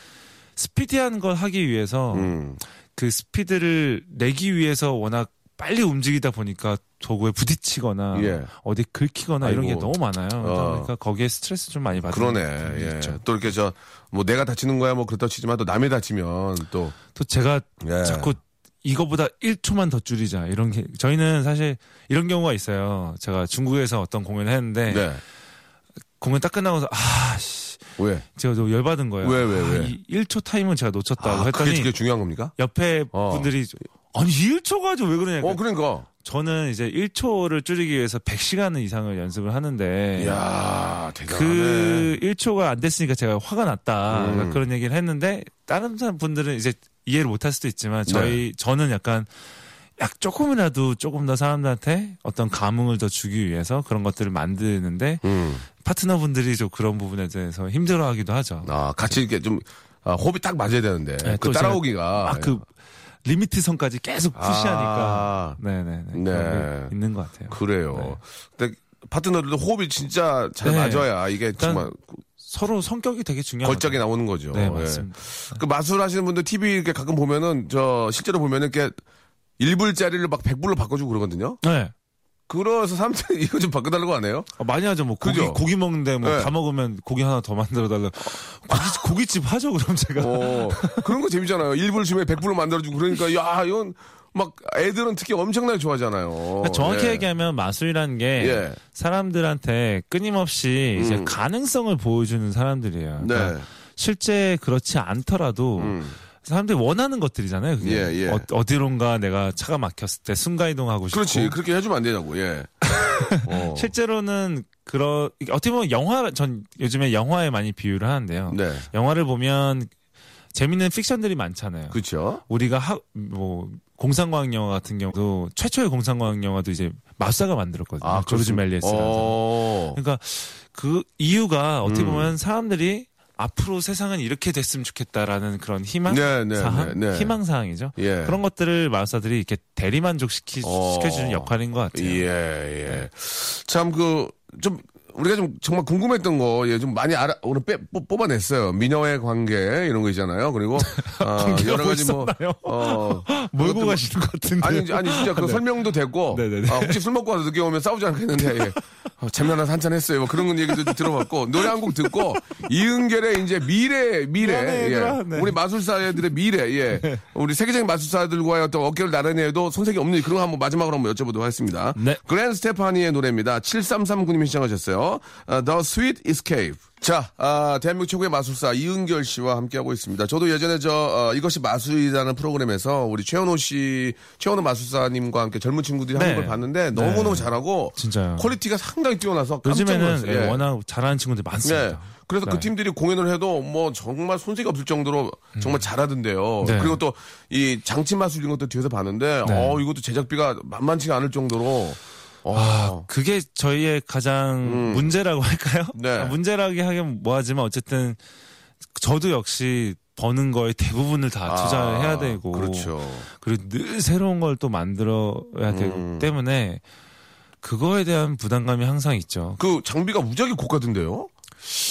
스피디한 걸 하기 위해서 음. 그 스피드를 내기 위해서 워낙 빨리 움직이다 보니까 도구에 부딪히거나 예. 어디 긁히거나 이런 게 아이고. 너무 많아요. 어. 그러니까 거기에 스트레스 좀 많이 받는 그러네. 분들이 예. 아, 있죠. 또 이렇게 저 뭐 내가 다치는 거야 뭐 그렇다 치지만 또 남이 다치면 또 또 제가 예. 자꾸 그- 이거보다 1초만 더 줄이자 이런 게 저희는 사실 이런 경우가 있어요. 제가 중국에서 어떤 공연을 했는데 네. 공연 딱 끝나고서 아 씨, 왜? 제가 너무 열받은 거예요. 왜, 왜, 아, 왜? 이 1초 타임은 제가 놓쳤다고 아, 했더니 그게, 그게 중요한 겁니까? 옆에 어. 분들이 아니 1초 가지고 왜 그러냐. 어, 고 그러니까. 저는 이제 1초를 줄이기 위해서 100시간 이상을 연습을 하는데 이야, 아, 대단하네. 음. 그 1초가 안 됐으니까 제가 화가 났다 그러니까 그런 얘기를 했는데 다른 사람 분들은 이제 이해를 못 할 수도 있지만 저희 네. 저는 약간 약 조금이라도 조금 더 사람들한테 어떤 감흥을 더 주기 위해서 그런 것들을 만드는데 음. 파트너분들이 좀 그런 부분에 대해서 힘들어하기도 하죠. 아, 같이 이렇게 좀 아, 호흡이 딱 맞아야 되는데. 네, 그 또 제가 따라오기가. 예. 아 그 리미트 선까지 계속 푸시하니까 네. 아, 네네네 네. 그런 게 있는 것 같아요. 그래요. 네. 근데 파트너들도 호흡이 진짜 잘 네. 맞아야 이게 일단 정말 서로 성격이 되게 중요한 걸작이 나오는 거죠. 네 예. 맞습니다. 그 마술 하시는 분들 TV 이렇게 가끔 보면은 저 실제로 보면은 이렇게 일불짜리를 막 백불로 바꿔주고 그러거든요. 네 그래서 사람들이 이거 좀 바꿔달라고 안 해요? 아, 많이 하죠. 뭐 고기 그죠? 고기 먹는데 뭐 네. 다 먹으면 고기 하나 더 만들어 달라. 고기 고깃집 하죠. 그럼 제가 어, 그런 거 재밌잖아요. 일불 주면 백불로 만들어주고 그러니까 야 이건 막 애들은 특히 엄청나게 좋아하잖아요. 그러니까 정확히 예. 얘기하면 마술이라는 게 예. 사람들한테 끊임없이 이제 음. 가능성을 보여주는 사람들이에요. 그러니까 네. 실제 그렇지 않더라도 음. 사람들이 원하는 것들이잖아요. 그게 예, 예. 어, 디론가 내가 차가 막혔을 때 순간 이동하고 싶고 그렇지 그렇죠. 그렇게 해주면 안 되냐고. 예. 어. 실제로는 그런 어떻게 보면 영화 전 요즘에 영화에 많이 비유를 하는데요. 네. 영화를 보면 재밌는 픽션들이 많잖아요. 그렇죠. 우리가 하, 뭐 공상과학 영화 같은 경우도 최초의 공상과학 영화도 이제 마사가 만들었거든요. 조르지 멜리스라서. 아, 어. 음. 그러니까 그 이유가 어떻게 보면 사람들이 앞으로 세상은 이렇게 됐으면 좋겠다라는 그런 희망 네, 네, 사항, 네, 네. 희망 사항이죠. 예. 그런 것들을 마사들이 이렇게 대리만족 시키 어. 시켜주는 역할인 것 같아요. 예, 예. 참, 그, 좀, 우리가 좀 정말 궁금했던 거, 예, 좀 많이 알아, 오늘 빼, 뽑- 뽑아냈어요. 미녀의 관계, 이런 거 있잖아요. 그리고, 아, 관계가 여러 가지 뭐, 있었나요? 어, 몰고 그것도 가시는 것 같은데. 아니, 아니, 진짜 그 설명도 됐고, 네네네. 아, 혹시 술 먹고 와서 늦게 오면 싸우지 않겠는데, 예. 어, 재미나서 한잔 했어요. 뭐 그런 얘기도 좀 들어봤고, 노래 한 곡 듣고, 이은결의 이제 미래, 미래. 미안해, 얘들아. 예. 네. 우리 마술사들의 미래, 예. 우리 세계적인 마술사들과의 어떤 어깨를 나란히해도 손색이 없는 그런 거 한번 마지막으로 한번 여쭤보도록 하겠습니다. 네. 그랜 스테파니의 노래입니다. 7339님이 시청하셨어요. 아, The Sweet Escape. 자, 아, 대한민국 최고의 마술사 이은결 씨와 함께하고 있습니다. 저도 예전에 저 어, 이것이 마술이라는 프로그램에서 우리 최현호 씨, 최현호 마술사님과 함께 젊은 친구들이 하는 네. 걸 봤는데 너무너무 잘하고 진짜요. 퀄리티가 상당히 뛰어나서 깜짝 요즘에는 놀랐어요. 예, 예. 워낙 잘하는 친구들이 많습니다. 네. 그래서 그 네. 팀들이 공연을 해도 뭐 정말 손색이 없을 정도로 정말 잘하던데요. 음. 네. 그리고 또 이 장치 마술 이런 것도 뒤에서 봤는데 네. 어 이것도 제작비가 만만치가 않을 정도로 와. 아, 그게 저희의 가장 문제라고 할까요? 어. 음. 네. 아, 문제라고 하긴 뭐하지만 어쨌든 저도 역시 버는 거에 대부분을 다 아, 투자를 해야 되고 아, 그렇죠. 리고늘 새로운 걸 또 만들어야 되기 음. 때문에 그거에 대한 부담감이 항상 있죠. 그 장비가 무지하게 고가던데요.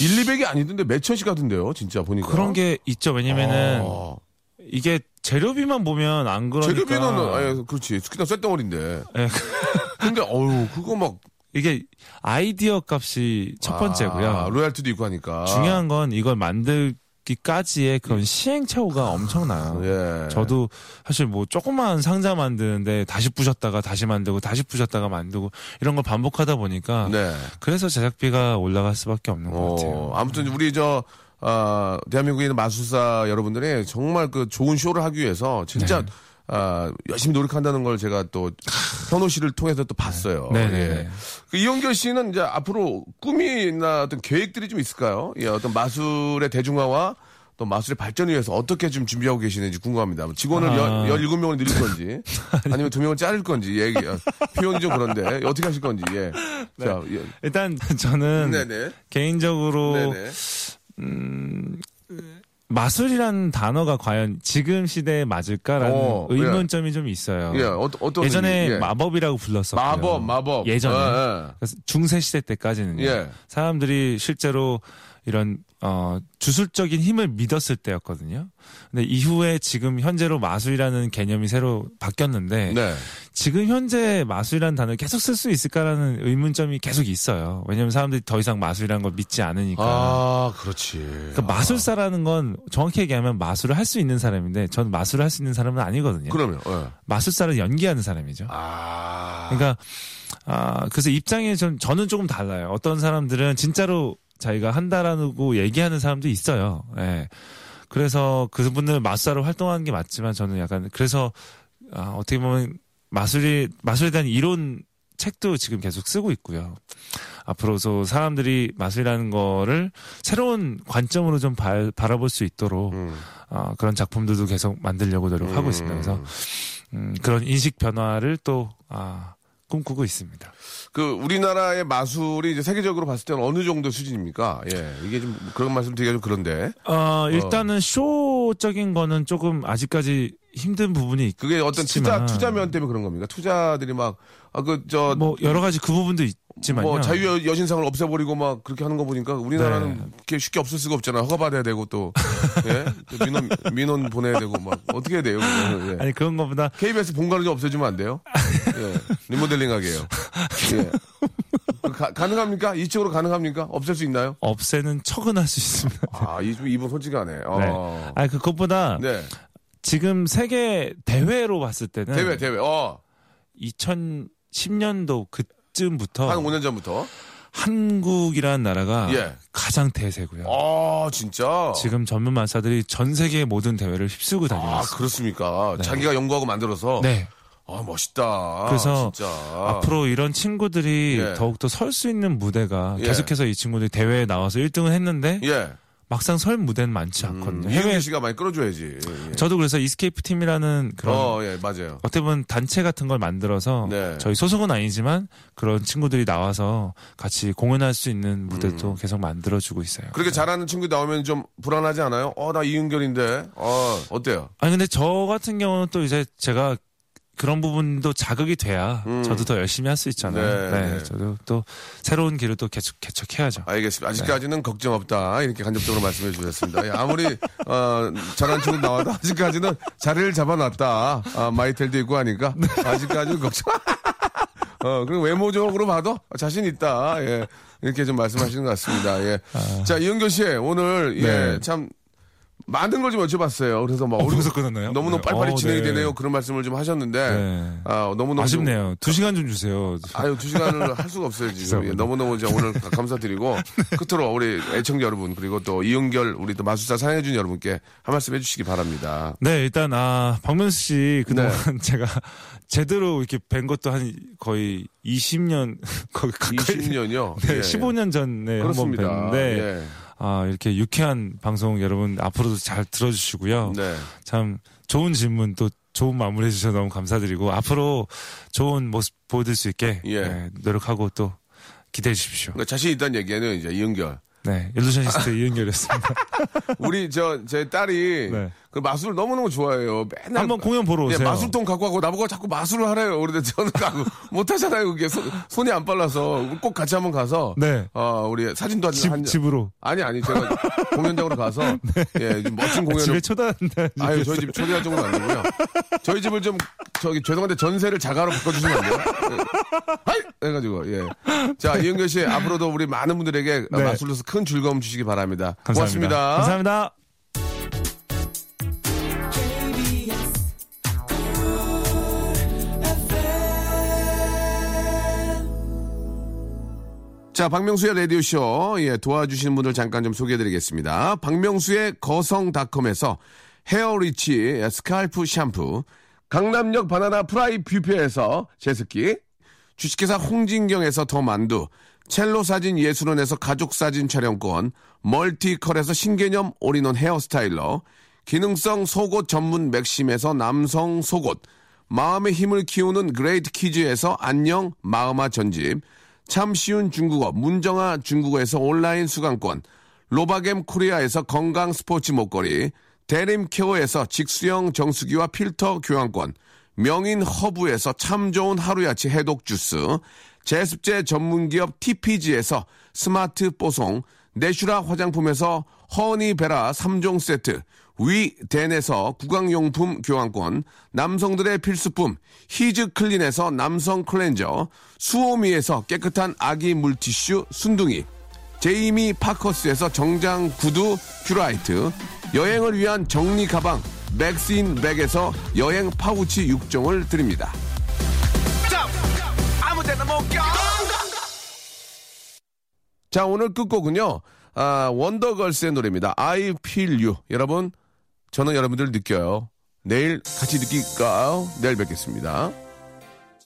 1, 200이 아니던데 몇 천씩 하던데요, 진짜 보니까. 그런 게 있죠. 왜냐면은 아, 이게 재료비만 보면 안 그러니까. 제급여는 아예 그렇지. 특히나 쇳덩어리인데. 예, 근데 어유 그거 막 이게 아이디어 값이 첫 번째고요. 아, 로얄티도 있고 하니까. 중요한 건 이걸 만들기까지의 그런 시행착오가 엄청나요. 예. 저도 사실 뭐 조그만 상자 만드는데 다시 부셨다가 다시 만들고 다시 부셨다가 만들고 이런 걸 반복하다 보니까 네. 그래서 제작비가 올라갈 수밖에 없는 것 같아요. 음. 어, 아무튼 우리 저 아, 대한민국에 있는 마술사 여러분들이 정말 그 좋은 쇼를 하기 위해서 네. 진짜 아, 열심히 노력한다는 걸 제가 또 현호 씨를 통해서 또 봤어요. 네, 네, 예. 네. 그 이영결 씨는 이제 앞으로 꿈이나 어떤 계획들이 좀 있을까요? 예, 어떤 마술의 대중화와 또 마술의 발전을 위해서 어떻게 좀 준비하고 계시는지 궁금합니다. 직원을 아. 열 17명을 늘릴 건지 아니면 두명을 자를 건지 얘기 어, 표현이 좀 그런데 어떻게 하실 건지. 예. 네. 자, 예. 일단 저는 네, 네. 개인적으로 네, 네. 마술이라는 단어가 과연 지금 시대에 맞을까라는 어, 예. 의문점이 좀 있어요. 예, 어, 어떤 예전에 의미? 예. 마법이라고 불렀었고요. 마법, 마법. 예전에 예, 그래서 중세 시대 때까지는요. 예. 사람들이 실제로 이런 어 주술적인 힘을 믿었을 때였거든요. 근데 이후에 지금 현재로 마술이라는 개념이 새로 바뀌었는데 예. 네. 지금 현재 마술이라는 단어를 계속 쓸 수 있을까라는 의문점이 계속 있어요. 왜냐면 사람들이 더 이상 마술이라는 걸 믿지 않으니까. 아, 그렇지. 그러니까 마술사라는 건 정확히 얘기하면 마술을 할 수 있는 사람인데 전 마술을 할 수 있는 사람은 아니거든요. 그러면, 예. 마술사를 연기하는 사람이죠. 아. 그러니까 아 그래서 입장이 좀 저는 조금 달라요. 어떤 사람들은 진짜로 자기가 한다라고 얘기하는 사람도 있어요. 예. 그래서 그분들은 마술사로 활동하는 게 맞지만 저는 약간 그래서 아, 어떻게 보면 마술이 마술에 대한 이론 책도 지금 계속 쓰고 있고요. 앞으로도 사람들이 마술이라는 거를 새로운 관점으로 좀 발- 바라볼 수 있도록 음. 아, 그런 작품들도 계속 만들려고 노력하고 있습니다. 그래서 음, 그런 인식 변화를 또 아, 꿈꾸고 있습니다. 그 우리나라의 마술이 이제 세계적으로 봤을 때는 어느 정도 수준입니까? 예. 이게 좀 그런 말씀 드리기가 좀 그런데. 어, 일단은 쇼적인 거는 조금 아직까지 힘든 부분이 있고 그게 어떤 투자, 있지만. 투자면 때문에 그런 겁니까? 투자들이 막, 아, 그, 저, 뭐 여러 가지 그 부분도 있지만요. 뭐 자유 여신상을 없애버리고 막 그렇게 하는 거 보니까 네. 우리나라는 이렇게 쉽게 없을 수가 없잖아. 허가 받아야 되고 또, 예? 또 민원, 민원 보내야 되고 막 어떻게 해야 돼요? 그거는, 예. 아니 그런 거보다 KBS 본관을 좀 없애주면 안 돼요? 예. 리모델링 하게요. 예. 그 가, 가능합니까? 이쪽으로 가능합니까? 없앨 수 있나요? 없애는 척은 할 수 있습니다. 아, 이, 이분 솔직하네. 네. 어. 아니 그것보다 네. 지금 세계 대회로 봤을 때는 대회, 대회. 어. 2010년도 그쯤부터 한 5년 전부터. 한국이라는 나라가 예. 가장 대세고요. 아, 진짜? 지금 전문 마사들이 전 세계 모든 대회를 휩쓸고 다니고 아, 있습니다. 그렇습니까? 자기가 연구하고 만들어서. 네. 아, 멋있다. 그래서 진짜. 앞으로 이런 친구들이 아. 예. 더욱더 설 수 있는 무대가 예. 계속해서 이 친구들이 대회에 나와서 1등을 했는데 예. 막상 설 무대는 많지 않거든요. 음, 해외 이은규 씨가 많이 끌어줘야지. 예, 예. 저도 그래서 이스케이프 팀이라는 그런 어. 어, 예, 맞아요. 떻게 보면 단체 같은 걸 만들어서 네. 저희 소속은 아니지만 그런 친구들이 나와서 같이 공연할 수 있는 무대도 계속 만들어주고 있어요. 음. 그렇게 잘하는 친구 나오면 좀 불안하지 않아요? 어, 나 이은결인데. 어, 어때요? 아니 근데 저 같은 경우는 또 이제 제가 그런 부분도 자극이 돼야 저도 더 열심히 할 수 있잖아요. 음. 네, 네, 네. 저도 또 새로운 길을 또 개척 개척해야죠. 알겠습니다. 아직까지는 걱정 없다. 이렇게 간접적으로 말씀해 주셨습니다. 예, 아무리, 어, 잘한 친구 나와도 아직까지는 자리를 잡아놨다. 아, 마이텔도 있고 하니까. 아직까지는 걱정. 어, 그리고 외모적으로 봐도 자신 있다. 예. 이렇게 좀 말씀하시는 것 같습니다. 예. 자, 이은결 씨, 오늘, 예, 아. 네. 참, 많은 걸 좀 여쭤봤어요. 그래서 막, 얼굴- 벌써 끝났나요? 너무너무 네. 빨리빨리 어, 진행이 네. 되네요. 그런 말씀을 좀 하셨는데. 네. 아, 너무너무. 좀- 아쉽네요. 두 시간 좀 주세요. 아유 두 시간을 할 수가 없어요 지금 예, 죄송합니다. 너무너무 이제 오늘 가- 감사드리고 끝으로 우리 애청자 여러분 그리고 또 이은결 우리 또 마술사 사랑해준 여러분께 한 말씀 해주시기 바랍니다 네, 일단 아 박명수 씨 그동안 네. 제가 제대로 이렇게 뵌 것도 한 거의 20년 거의 가까이 20년이요 예, 네, 15년 전에 한 번 그렇습니다 예. 뵀는데 아 이렇게 유쾌한 방송 여러분 앞으로도 잘 들어주시고요. 네. 참 좋은 질문 또 좋은 마무리 해주셔서 너무 감사드리고 앞으로 좋은 모습 보여드릴 수 있게 예. 네, 노력하고 또 기대해 주십시오. 그러니까 자신 있다는 얘기는 이제 이은결 네, 일루션시스트 이은결이었습니다. 우리 저 제 딸이 네. 그 마술을 너무너무 좋아해요. 맨날 한번 공연 보러 예, 오세요. 마술통 갖고 가고 나보고 자꾸 마술을 하래요. 그런데 저는 가고 못 하잖아요. 그게 손, 손이 안 빨라서 꼭 같이 한번 가서 네. 어, 우리 사진도 한, 집, 한 집으로. 아니 아니 제가 공연장으로 가서 예, 좀 멋진 공연을 네. 아, 집에 초대한다. 아유 저희 집 초대한 정도 아니고요. 저희 집을 좀 저기 죄송한데 전세를 자가로 바꿔주시면 안 돼요? 예. 하이! 해가지고 예. 자 이은결 씨 앞으로도 우리 많은 분들에게 네. 마술로서 큰 즐거움 주시기 바랍니다. 감사합니다. 고맙습니다. 감사합니다. 자, 박명수의 라디오쇼. 예, 도와주시는 분들 잠깐 좀 소개해드리겠습니다. 박명수의 거성닷컴에서 헤어리치 스칼프 샴푸, 강남역 바나나 프라이 뷔페에서 제습기, 주식회사 홍진경에서 더 만두, 첼로 사진 예술원에서 가족 사진 촬영권, 멀티컬에서 신개념 올인원 헤어스타일러, 기능성 속옷 전문 맥심에서 남성 속옷, 마음의 힘을 키우는 그레이트 키즈에서 안녕 마음아 전집, 참 쉬운 중국어 문정아 중국어에서 온라인 수강권, 로바겜 코리아에서 건강 스포츠 목걸이, 대림케어에서 직수형 정수기와 필터 교환권, 명인 허브에서 참 좋은 하루야치 해독 주스, 제습제 전문기업 TPG에서 스마트 뽀송, 내슈라 화장품에서 허니베라 3종 세트, 위덴에서 구강용품 교환권, 남성들의 필수품 히즈클린에서 남성 클렌저, 수오미에서 깨끗한 아기 물티슈 순둥이, 제이미 파커스에서 정장 구두 큐라이트 여행을 위한 정리 가방 맥스인 백에서 여행 파우치 6종을 드립니다. 자 오늘 끝곡은요 아, 원더걸스의 노래입니다. I Feel You 여러분 저는 여러분들 느껴요. 내일 같이 느낄까요? 내일 뵙겠습니다.